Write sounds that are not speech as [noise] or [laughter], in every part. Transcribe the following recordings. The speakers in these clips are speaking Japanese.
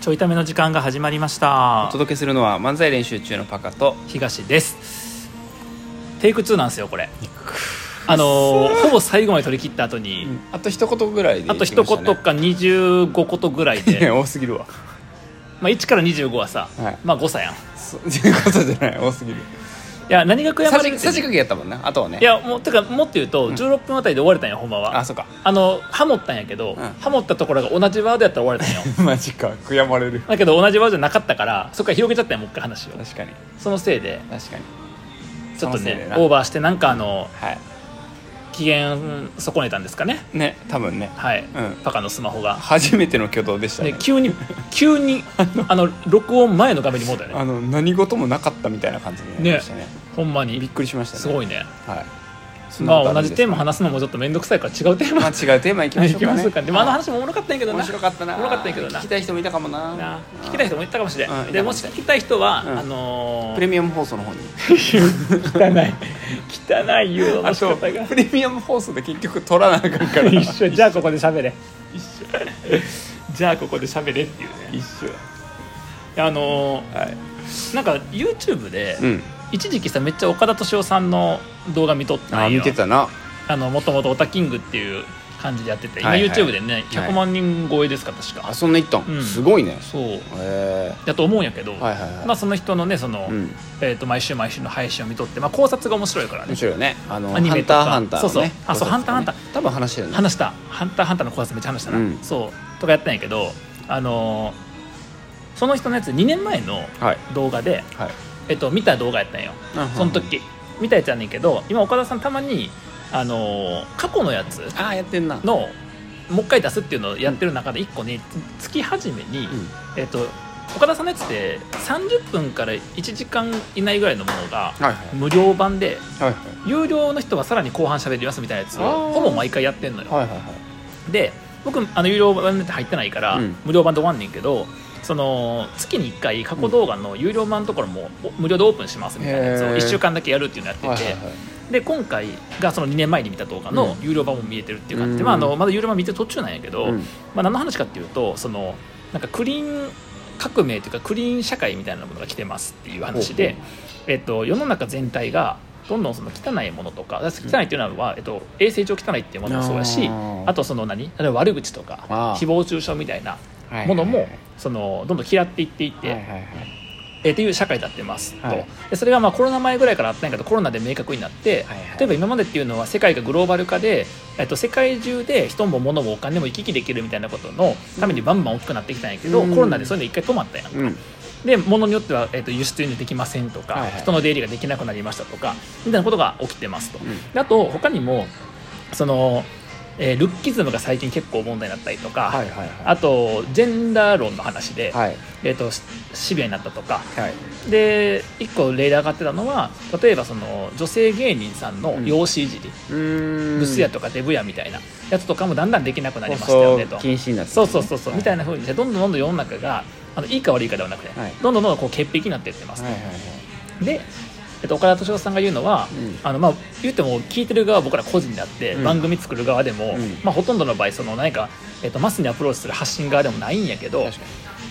ちょいための時間が始まりましたお届けするのは漫才練習中のパカと東ですテイク2なんですよこれあのーほぼ最後まで取り切った後に、あと一言ぐらいであと一言か25言ぐらいいで、や多すぎるわまあ、1から25はさ、はいまあ誤差やんいそういうことじゃない多すぎるや何が悔やまされるじってさねじかけやったもんなあとはねいやもうてかもっと言うと16分あたりで終われたんやほんまはあそうか [laughs] あのハモったんやけど、んハモったところが同じワードやったら終われたん [laughs] よマジか悔やまれるだけど同じワードじゃなかったからそっから広げちゃったんやもう一回話を確かにそのせいで確かにちょっとそのせいでねなオーバーしてなんかあのはい機嫌損ねたんですかねね多分ねはい、んパカのスマホが初めての挙動でしたねで急 [laughs] に急にあの録音前の画面に戻ったよあねの何事もなかったみたいな感じになりましたねほんまにびっくりしましたねすごいねはいそんなまあこと同るんじですテーかマ話すのもちょっと面倒くさいから違うテーマまあ違うテーマいきましいょうき [laughs] かねますかでもあの話もおもろかったんやけどな面白かったなおもろかったんやけどな聞きたい人もいたかもなな聞きたい人もいたかもしれうんいんたでかももししれん聞きたい人は、うんあのープレミアム放送の方に汚い汚い誘導のあ仕と方がプレミアム放送で結局取らなあかんか [laughs] ら一緒じゃあここで喋れ一緒 [laughs] じゃあここで喋れっていうね一緒やあのーはいなんか YouTube で、うん一時期さめっちゃ岡田敏夫さんの動画見とったんよあ見てたなあのもともとオタキングっていう感じでやってて今はいはい YouTube でね、はい100万人超えですか確か、あそんな行ったん、うんすごいねそうへだと思うんやけど、えはいはいはい、まあ、その人のねその、うんえー、と毎週毎週の配信を見とって、まあ、考察が面白いからね面白いよねあのアニメとかハンターハンターのねそうそうあそう考察とかハンターねハン多分話してるね話した「ハンターハンター」の考察めっちゃ話したな、うんそうとかやったんやけどあのーその人のやつ2年前のはい動画で、はいえっと、見た動画やったんよその時見たやつやねんけど今岡田さんたまにあのー過去のやつああやってんなのもう一回出すっていうのをやってる中で1個ね月始めに、うんえっと岡田さんのやつって30分から1時間以内ぐらいのものがはいはい無料版ではい有料の人はさらに後半喋りますみたいなやつあをーほぼ毎回やってんのよ、はいはいはいはいで僕あの有料版って入ってないから、うん無料版で終わんねんけどその月に1回過去動画の有料版のところもお無料でオープンしますみたいなやつをへー1週間だけやるっていうのやってて、はいはいはいで今回がその2年前に見た動画のう有料版も見えてるっていう感じで、うんまあ、あのまだ有料版見てる途中なんやけど、うんまあ、何の話かっていうとそのなんかクリーン革命というかクリーン社会みたいなものが来てますっていう話でほ、えっと、世の中全体がどんどんその汚いものとか汚いっていうのは、えっと、衛生上汚いっていうものもそうだしあーあとその何例えば悪口とかあー誹謗中傷みたいなはいはいものもそのどんどん嫌っていっていって、はいはいはいえーっていう社会になってますと、はいでそれがまあコロナ前ぐらいからあったんやけどコロナで明確になって、はいはい例えば今までっていうのは世界がグローバル化で、えっと、世界中で人も物もお金も行き来できるみたいなことのためにバンバン大きくなってきたんやけど、うんコロナでそういうの一回止まったやん、うんで物によっては、えっと、輸出輸入できませんとか、はいはい人の出入りができなくなりましたとかみたいなことが起きてますと、うんであと他にもその、えールッキズムが最近結構問題になったりとか、はいはいはあとジェンダー論の話で、いはいえっとしシビアになったとかはいで一個例で上がってたのは例えばその女性芸人さんの容姿いじり、うーんブスやとかデブやみたいなやつとかもだんだんできなくなりましたよねと放送禁止になってそうそうそうそうみたいなな風にしてどんどんどんどん世の中があのいいか悪いかではなくて、はいどんどんどんどんこう潔癖になっていってます、はいはいはいで、えっと、岡田敏夫さんが言うのは、うんあのまあ、言っても聞いてる側は僕ら個人であって、うん番組作る側でも、うんまあ、ほとんどの場合その何か、えっと、マスにアプローチする発信側でもないんやけど確か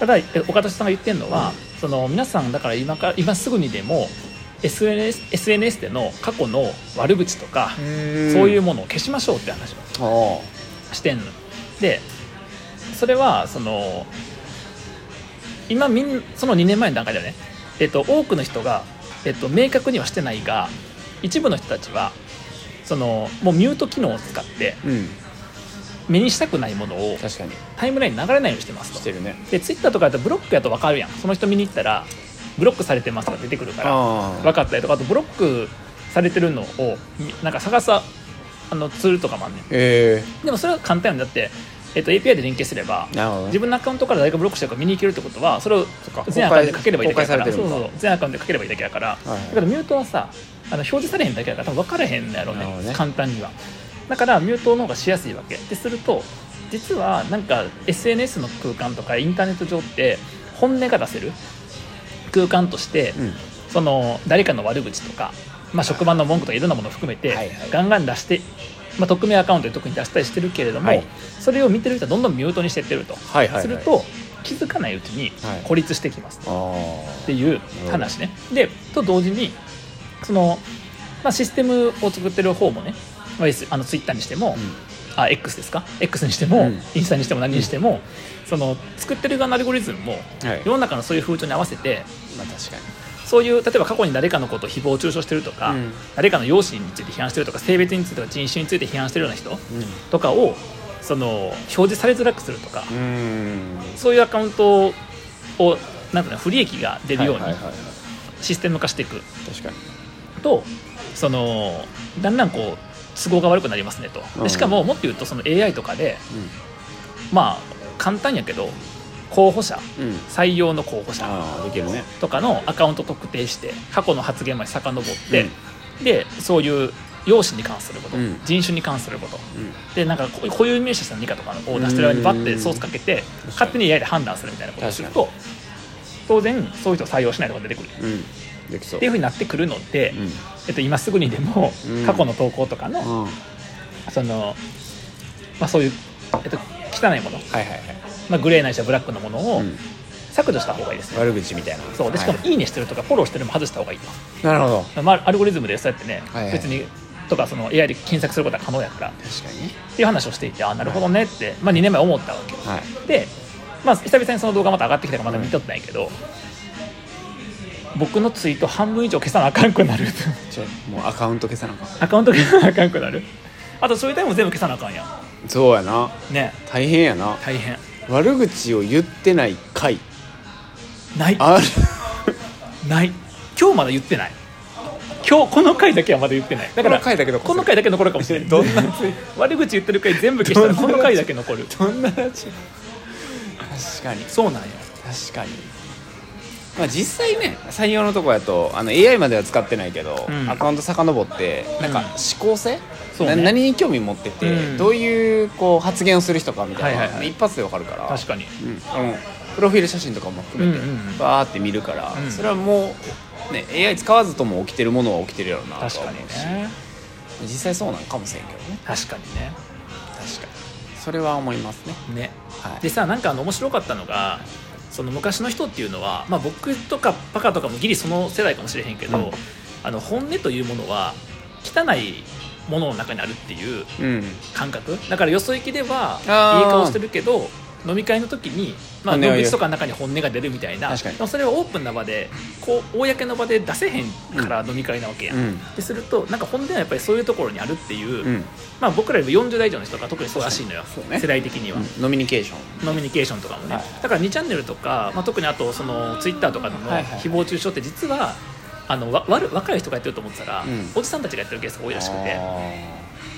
ただえ岡田さんが言ってるのは、その皆さんだから今から今すぐにでも SNS, SNS での過去の悪口とか、にそういううものを消しましょうって話ーんあをしてんのでそれはその今みんその2年前の段階だよね、えっと、多くの人が、えっと、明確にはしてないが一部の人たちはそのもうミュート機能を使ってーうん目にしたくないものを確かにタイムラインに流れないようにしてますとしてるねでツイッターとかだとブロックやと分かるやんその人見に行ったらブロックされてますとか出てくるからあ分かったりとかあとブロックされてるのをみなんか探すあのツールとかもあんねんえでもそれは簡単やんだって、えっと API で連携すればえなるほどね自分のアカウントから誰かブロックしてるから見に行けるってことはそれをか全アカウントでかければいいだけやから公開されてるのそかうそうそう全アカウントでかければいいだけやから、はいはいだからミュートはさあの表示されへんだけやから多分分からへんのやろうなねるほどね簡単にはだからミュートの方がしやすいわけですると実はなんか SNS の空間とかインターネット上って本音が出せる空間として、うんその誰かの悪口とか、まあ、職場の文句とかいろんなものを含めて、はいはいガンガン出して、まあ、匿名アカウントで特に出したりしてるけれども、はいそれを見てる人はどんどんミュートにしてってると、はいはいはいすると気づかないうちにはい孤立してきます、あーっていう話ね。でと同時にその、まあ、システムを作ってる方もねまあ S- あのツイッターにしても、あ X ですか X にしても、うんインスタにしても何にしても、その作ってる側のアルゴリズムもうんはい世の中のそういう風潮に合わせてまあ確かにそういう例えば過去に誰かのことを誹謗中傷してるとか、うん誰かの容姿について批判してるとか性別についてとか人種について批判してるような人うとかをその表示されづらくするとか、んそういうアカウントをなんていうの不利益が出るようにはいはいはいはいシステム化していく確かにとそのだんだんこう都合が悪くなりますねとでしかももっと言うとその AI とかでまあ簡単やけど候補者うんうん採用の候補者ああできるねとかのアカウント特定して過去の発言まで遡って、うんでそういう容姿に関すること、うん人種に関することうんでなんかこうこういう名詞さん何かとかを出してる間にバッてうんソースかけてに勝手に AI で判断するみたいなことをすると当然そういう人を採用しないとか出てくるっうんできそうていうふうになってくるので、うんえっと、今すぐにでもうん過去の投稿とかの、うんはいその、まあ、そういう、えっと、汚いもの、はいはいまあ、グレーないしはブラックのものをうん削除した方がいいですね、悪口みたいなそうでしかもはいいいねしてるとかフォローしてるのも外した方がいいなるほどと、まあ、アルゴリズムでそうやってね、はいはい別にとかその AI で検索することは可能やからっ確かにねていう話をしていてあなるほどねって、まあ、2年前思ったわけはいで、まあ、久々にその動画また上がってきたからまだ見とってないけど、僕のツイート半分以上消さなあかんくなるじゃあもうアカウント消さなあかアカウント消さなあかんくなるあとそういうタイムも全部消さなあかんやんんそうやなね大変やな大変悪口を言ってない回ないあるない今日まだ言ってない今日この回だけはまだ言ってないだからこの回だけ残るこの回だけ残るかもしれないどんな [laughs] 悪口言ってる回全部消したらどんこなの回だけ残るどんなラジ確かにそうなんよ確かにまあ実際ね採用のとこやとあの AI までは使ってないけど、うんアカウント遡ってなんかうん思考性、そうねな何に興味持ってて、うんどういうこう発言をする人かみたいな、はいはいはい一発でわかるから確かにうん、あのプロフィール写真とかも含めてうんうんうんバーって見るから、うんそれはもう、ね、AI 使わずとも起きてるものは起きてるやろうなとは確思かうにしね実際そうなんかもしれんけどね確か確かにそれは思いますねにねねはいでさなんかあの面白かったのがその昔の人っていうのは、まあ、僕とかパカとかもギリその世代かもしれへんけど、うんあの本音というものは汚いものの中にあるっていううん感覚だからよそ行きではあーいい顔してるけど飲み会の時に、まあ、本音を動言う物とかの中に本音が出るみたいな確かにでもそれはオープンな場でこう公の場で出せへんから飲み会なわけやん。うんでするとなんか本音はやっぱりそういうところにあるっていう、うんまあ、僕らより40代以上の人が特にそうらしいのよそう、ね世代的には、ノミニケーションノミニケーションとかもね、はいだから2チャンネルとか、まあ、特にあとそのツイッターとかのはいはい誹謗中傷って実はあのわ悪若い人がやってると思ってたら、うんおじさんたちがやってるケースが多いらしくて。あ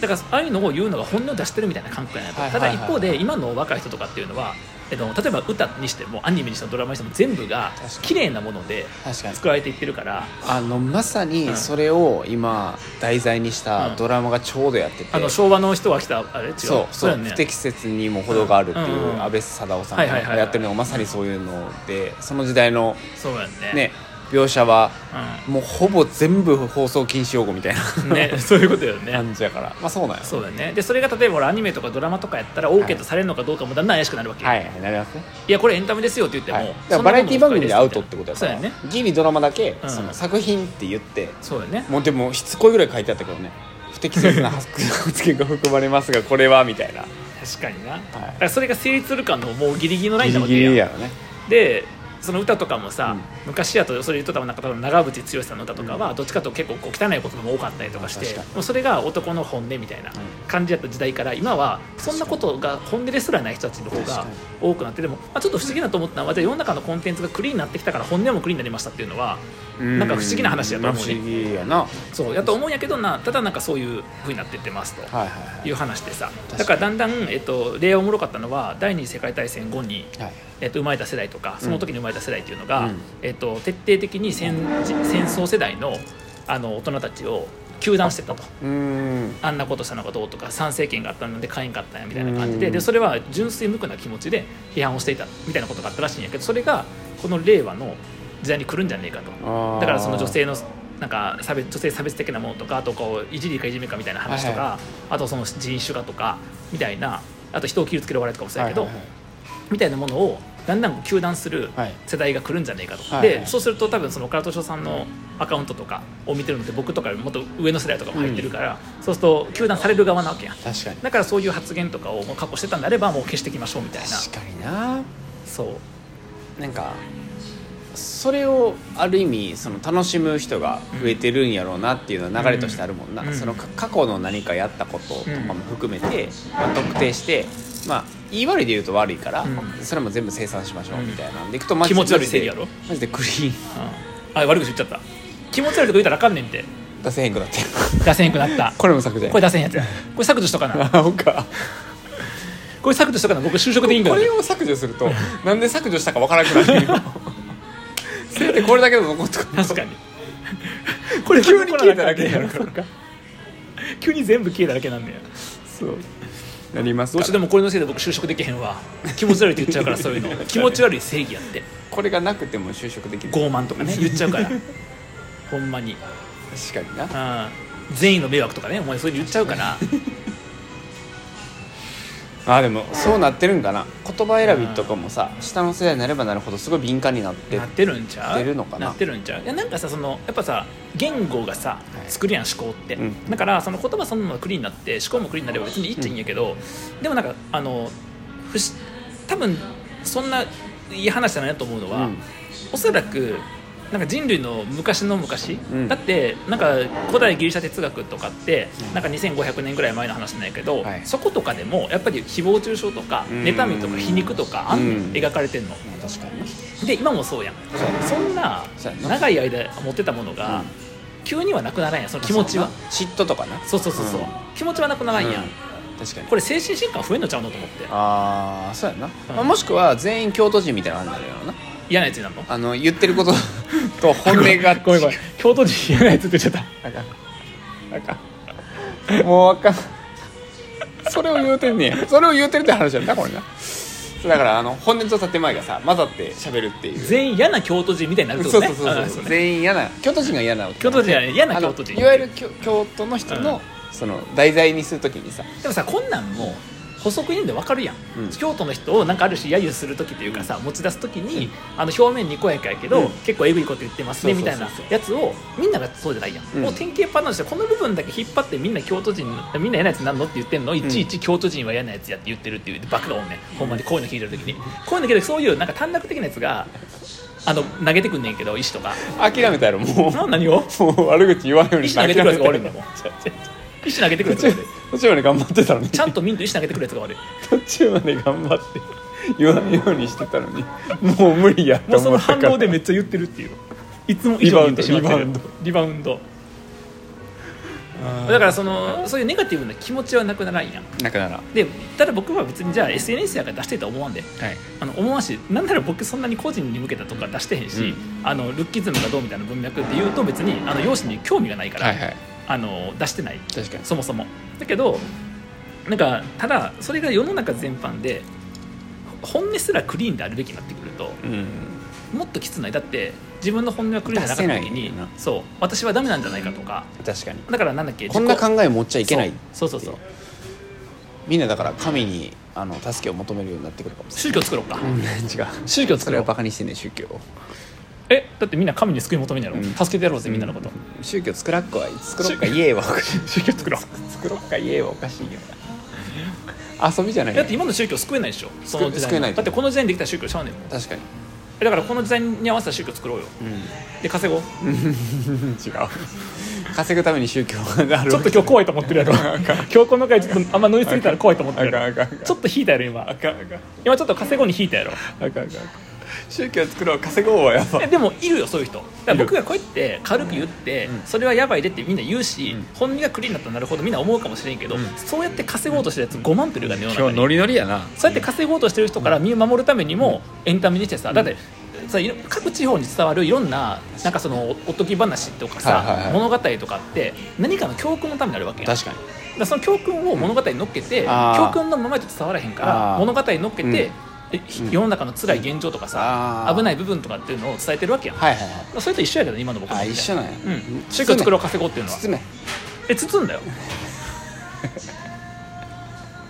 だからああいうのを言うのが本音を出してるみたいな感覚やないと、はいはいはいはいただ一方で今の若い人とかっていうのは、えっと、例えば歌にしてもアニメにしてもドラマにしても全部が確かに綺麗なものでー確かに作られていってるからあのまさにそれを今題材にしたドラマがちょうどやってて、あの昭和の人が来たあれ違うそうそうやんね不適切にも程があるってうんいうんう安倍貞夫さんはいはいはいはがいやってるのがまさにそういうのでその時代のそうやんねね描写はうもうほぼ全部放送禁止用語みたいんなね [laughs] そういうことよね感じやからまあそうなんやそうだよねでそれが例えばほらアニメとかドラマとかやったら OK とされるのかどうかもだんだん怪しくなるわけ、、はいいはいなりますね、やこれエンタメですよって言っても、はい、だかそんならバもラのエティ番組でアウトってことやそかうやら、ねギリドラマだけ、うんその作品って言ってそうだよねもうでもしつこいぐらい書いてあったけどね不適切な発発言が含まれますがこれはみたいな確かにな、だからそれが成立するかのもうギリギリのラインギなリわけギやリやろねでその歌とかもさ、う昔やとそれ言うと多分なんか多分長渕剛さんの歌とかはどっちかというと結構こう汚いことも多かったりとかして確かにもうそれが男の本音みたいな感じだった時代から今はそんなことが本音ですらない人たちの方確がかに多くなってでも、まあ、ちょっと不思議なと思ったのはじゃあ世の中のコンテンツがクリーンになってきたから本音もクリーンになりましたっていうのはなんか不思議な話やと思うね不思議やなはそうやと思うんやけどなただなんかそういうふうになってってますと。いはいはいいう話でさかにだからだんだん、えっと、例がおもろかったのは第二次世界大戦後にはいえっと、生まれた世代とかその時に生まれた世代っていうのが、うんえっと、徹底的に戦時戦争世代のあの大人たちを糾弾してたと。うーんあんなことしたのかどうとか参政権があったので買えんかったんやみたいな感じでうんでそれは純粋無垢な気持ちで批判をしていたみたいなことがあったらしいんやけどそれがこの令和の時代に来るんじゃねえかとあーだからその女性のなんか差別女性差別的なものとかあとこういじりかいじめかみたいな話とか、はいあとその人種かとかみたいなあと人を傷つける笑いとかもそうやけど、はいはいはいみたいなものをだんだん糾弾するはい世代が来るんじゃないかと、はいはいでそうすると多分その岡田敏夫さんのアカウントとかを見てるのって僕とかよりもっと上の世代とかも入ってるから、そうすると糾弾される側なわけやん確かにだからそういう発言とかをもう過去してたんであればもう消していきましょうみたいな確かになそうなんかそれをある意味その楽しむ人が増えてるんやろうなっていうのは流れとしてあるもんな、うんそのか過去の何かやったこととかも含めて、まあ、特定してまあ言い悪いで言うと悪いから、うんそれも全部清算しましょうみたいなんでいくと気持ち悪い整で理やろマジでクリーンうんあ悪口言っちゃった気持ち悪いとか言ったらあかんねんって出せへんくなってる出せんくなったこれも削除これ出せんやつやこれ削除しとかな [laughs] あほんかこれ削除しとかな僕就職できんくこなるれを削除す [laughs] るとなんで削除したかわからなくなるよせめてこれだけでも残っとかんと確かにこれ急に消えただけ [laughs] になるからそっ急に全部消えただけなんだよそうなりますどかうらしてでもこれのせいで僕就職できへんわ気持ち悪いって言っちゃうからそういうの気持ち悪い正義やってこれがなくても就職できる傲慢とかね言っちゃうからほんまに、確かになうん、善意の迷惑とかねお前それ言っちゃうからあでもそうなってるんかな言葉選びとかもさ下の世代になればなるほどすごい敏感になってなってるんちゃうなってるのかなってるんちゃういやなんかさそのやっぱさ言語がさい作るやん思考って、うんだからその言葉そのものがクリーンになって思考もクリーンになれば別にいいっちゃいいんやけど、でもなんかあの不思多分そんないい話じゃないなと思うのは、うんおそらくなんか人類の昔の昔、うんだってなんか古代ギリシャ哲学とかって、うんなんか2500年ぐらい前の話なんやけど、はいそことかでもやっぱり誹謗中傷とかうん妬みとか皮肉とかあんねん、うん描かれてんの。まあ確かになで今もそうやんそうやなそんなそうやな長い間持ってたものが、うん急にはなくならんやんその気持ちは嫉妬とかなそうそうそうそう、うん気持ちはなくならんやん、う確かにこれ精神疾患増えんのちゃうのと思ってああそうやな、うんまあ、もしくは全員京都人みたいなのになるよな嫌なやつになるのあの言ってることと本音が [laughs] ごめんごめん京都人嫌なやつって言っちゃったあかんあかんもうあかんそれを言うてんねやそれを言うてるって話やんなこれなだからあの本音と建前がさ混ざって喋るっていう全員嫌な京都人みたいになるってこそとうねそうそうあそう、ね全員嫌な京都人が嫌なわけ京都人じゃない嫌なあの京都人いわゆる京京都の人の,、うんその題材にするときにさでもさこんなんも補足言うんでわかるやん、うん京都の人をなんかある種揶揄する時というかさ持ち出す時に、あの表面にこやかやけど、うん結構えぐいこと言ってますねそうみそうたそいうなやつをみんながそうじゃないやん、うんもう典型パターンとしてこの部分だけ引っ張ってみんな京都人みんな嫌なやつなんのって言ってんのいちいち京都人は嫌なやつやって言ってるっていうバカがおんねんほんまにこういうの聞いてる時にこういうの聞いてるそういうなんか短絡的なやつがあの投げてくんねんけど石とか諦めたやろもな何をうもう悪口言わんように石投げてくるやつが悪いんだだもん石投げてくるやつが悪い途中まで頑張ってたのにちゃんとミント石投げてくるやつが悪い途中まで頑張って言わんようにしてたのにもう無理やもとうそ思のったから反応でめっちゃ言ってるっていういつも以上に言ってしまってるリバウンドリバウンドあーだからそのそういうネガティブな気持ちはなくならんやんなくならはでただ僕は別にじゃあ SNS やから出してとは思わんでいあの思わんしなんなら僕そんなに個人に向けたとか出してへんし、うんあのルッキズムがどうみたいな文脈で言うと別にあの容姿に興味がないから、はいはいあの出してない確かにそもそもだけどなんかただそれが世の中全般で本音すらクリーンであるべきになってくるとうんもっときつないだって自分の本音が狂いじゃなかった時出にせないよなそう私はダメなんじゃないかとか確かにだからなんだっけこんな自己考え持っちゃいけないそうそうそうそうみんなだから神にあの助けを求めるようになってくるかもし宗教作ろうか、れない、うん、違う宗教そ作れろはうバカにしてんねん宗教をえだってみんな神に救い求めんやろ、うん助けてやろうぜみんなのこと、宗教作らっこはいい作ろっか家はおかしい宗教作ろう作ろっか家はおかしいよ遊びじゃないだって今の宗教救えないでしょその時代救えのないだってこの時代にできた宗教ちゃうねんもん確かにえだからこの時代に合わせた宗教作ろうようんで稼ごう違う稼ぐために宗教があるちょっと今日怖いと思ってる [laughs] やろ今日この回ちょっとあんま乗りすぎたら怖いと思ってるやろあかんあかんあかんちょっと引いたやろ今かんあかん今ちょっと稼ごうに引いたやろあかんあかん宗教作ろう稼ごうはや [laughs] ばえでもいるよそういう人だから僕がこうやって軽く言って、それはやばいでってみんな言うし、本音がクリーンだったらなるほどみんな思うかもしれんけど、そうやって稼ごうとしてるやつ5万といるからね世の中にリノリやなそうやって稼ごうとしてる人から身を守るためにもエンタメにしてさだってさいろ各地方に伝わるいろんななんかそのおとぎ話とかさ、はいはいはい物語とかって何かの教訓のためになるわけやん確かにだからその教訓を物語に乗っけて、あー教訓のままじゃ伝わらへんからあー物語に乗っけて、うんえうん世の中の辛い現状とかさ、あー危ない部分とかっていうのを伝えてるわけやん、はいはいはいそれと一緒やけどね今の僕のあ一緒なんやうん、宗教作ろう稼ごうっていうのは包めえ包んだよ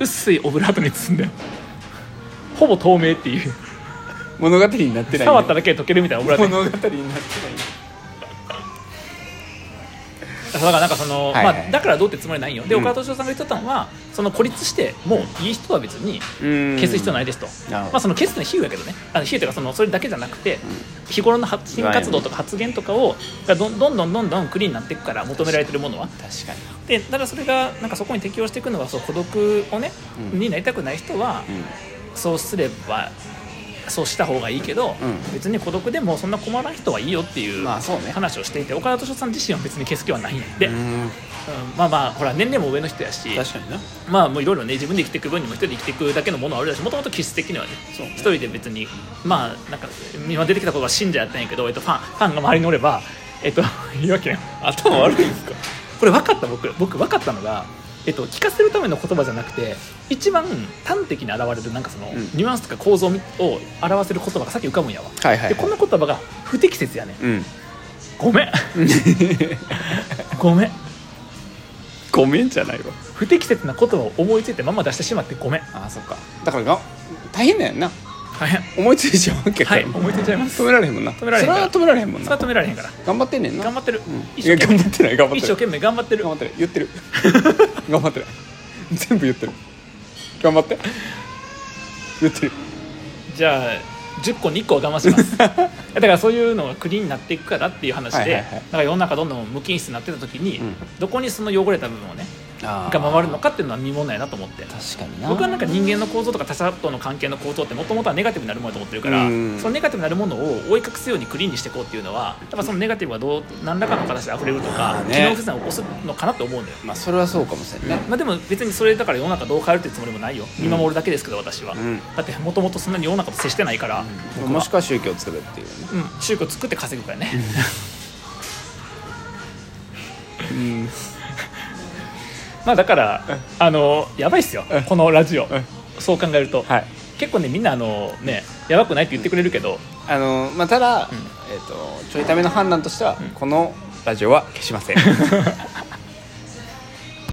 薄いオブラートに包んだよほぼ透明っていう物語になってない触っただけで溶けるみたいなオブラート物語になってないだからなんかその、はいはいまあ、だからどうってつもりないよでうん岡田斗司夫さんが言ってたのは、その孤立してもういい人は別にうん消す必要ないいですと、なるほどまあ、その消すのは比喩やけどねあの比喩というかそのそれだけじゃなくて、日頃の発信活動とか発言とかをがどんどんどんどんどんクリーンになっていくから求められてるものは確かにでただそれがなんかそこに適応していくのがそう孤独をね、うんになりたくない人は、うそうすればそうした方がいいけど、うん別に孤独でもそんな困らん人はいいよっていうまあそうね話をしていて、岡田斗司夫さん自身は別に消す気はないんで、んうんうんまあまあほら年齢も上の人やし確かになまあもういろいろね自分で生きていく分にも一人で生きていくだけのものはあるだしもともと気質的にはねそうね一人で別にまあなんか今出てきたことは信者やったんやけど、えっと、ファンファンが周りにおればえっと [laughs] いいわけやん頭悪いんですかこれ分かった僕僕分かったのが、えっと、聞かせるための言葉じゃなくて一番端的に現れるなんかその、うんニュアンスとか構造を表せる言葉がさっき浮かぶんやわ、はいはいはいでこの言葉が不適切やねうんごめん [laughs] ごめんごめんじゃないわ不適切な言葉を思いついてまま出してしまってごめんああそっかだからが大変だよな大変思いついちゃうわけやかはい、ら思いついちゃいます。止められへんもんな止められへんそかられは止められへんもんそれなは止められへんから。頑張ってんねんな頑張ってる。うん一いや生懸頑命張ってない頑張っ一て生ない懸命頑張ってる頑張。ってる言ってる [laughs] 頑張ってる全部言ってる頑張って言ってるじゃあ、10個に1個は我慢し [laughs] ます。だからそういうのがクリーンになっていくからっていう話はいで、はだいはいから世の中どんどん無菌質になってた時に、うんどこにその汚れた部分をね、がが回るのかっていうのは見ものやなと思って。確かにな僕はなんか人間の構造とか他者との関係の構造ってもともとはネガティブになるものだと思ってるからうんそのネガティブになるものを追い隠すようにクリーンにしていこうっていうのはやっぱそのネガティブがどう何らかの形で溢れるとまかあね機能不全を起こすのかなって思うんだよまあそれはそうかもしれないねまあ、でも別にそれだから世の中どう変えるっていうつもりもないよ見守るだけですけど私は、うんだってもともとそんなに世の中と接してないから、僕はもしくは宗教を作るっていうねうん、宗教作って稼ぐからねうんまあだからあのやばいっすようんこのラジオんそう考えると、はい結構ねみんなあのねやばくないって言ってくれるけど、あのまあたんだえっとちょいための判断としてはこのラジオは消しません